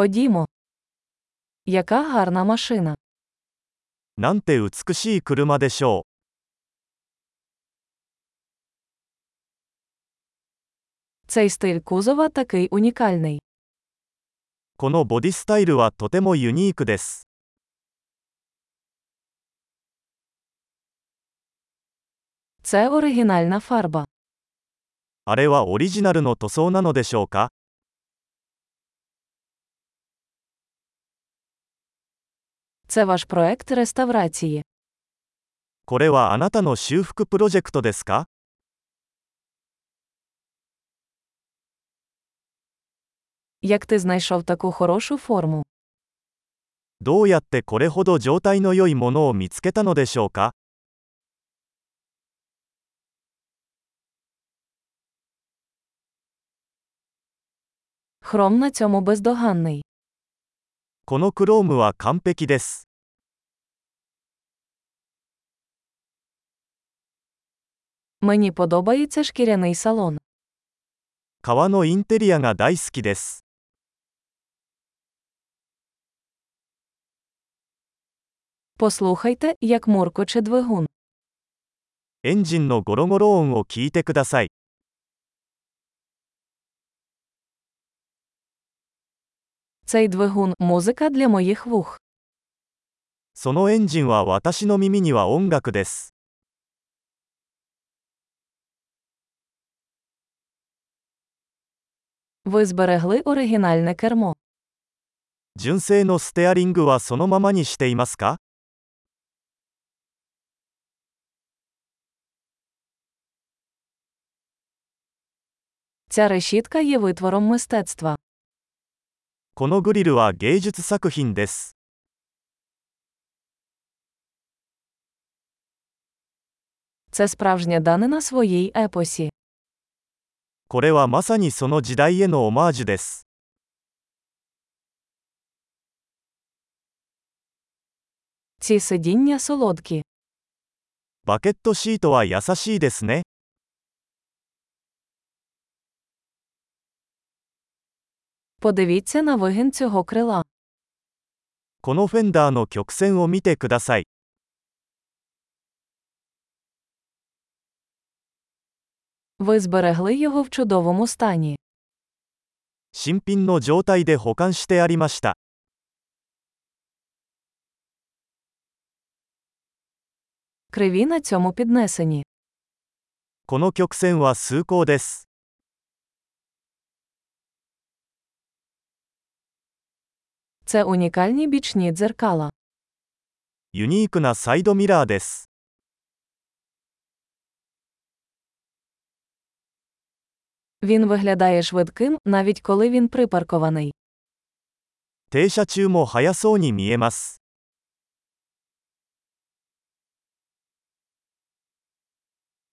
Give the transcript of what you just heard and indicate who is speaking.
Speaker 1: Ходімо. Яка гарна машина.
Speaker 2: なんて美しい車でしょ
Speaker 1: Цей стиль кузова такий унікальний.
Speaker 2: う。このボディスタイルはとてもユニークです。
Speaker 1: Це оригінальна фарба.
Speaker 2: あれはオリジナルの塗装なのでしょうか
Speaker 1: Це ваш проект реставрації.
Speaker 2: これはあなたの修復プロジェクトですか
Speaker 1: Як ти знайшов таку хорошу форму?
Speaker 2: どうやってこれほど状態の良いものを見つけたのでしょうか
Speaker 1: Хром на цьому бездоганний.
Speaker 2: このクロームは完璧です。
Speaker 1: Мені подобається шкіряний салон.
Speaker 2: 革のインテリアが大好きです。
Speaker 1: Послухайте, як муркоче двигун.
Speaker 2: エンジンのゴロゴロ音を聞いてください。
Speaker 1: Цей двигун музика для моїх вух.
Speaker 2: そのエンジンは私の耳には音楽です。
Speaker 1: Ви зберегли оригінальне кермо.
Speaker 2: 純正のステアリングはそのままにしていますか
Speaker 1: Ця решітка є витвором мистецтва.
Speaker 2: このグリルは芸術作品です。
Speaker 1: Це справжня данина своїй епосі.
Speaker 2: これはまさにその時代へのオマージュです。
Speaker 1: Ці сидіння солодкі.
Speaker 2: バケットシートは優しいですね。
Speaker 1: Подивіться на вигін цього крила.
Speaker 2: このフェンダーの曲線を見てください。
Speaker 1: Ви зберегли його в чудовому стані.
Speaker 2: 新品の状態で保管してありました。
Speaker 1: Криві на цьому піднесені.
Speaker 2: この曲線は崇高です。
Speaker 1: Це унікальні бічні дзеркала.
Speaker 2: ユニークなサイドミラーです。
Speaker 1: Він виглядає швидким, навіть коли він припаркований.
Speaker 2: 停車中も速そうに見えます。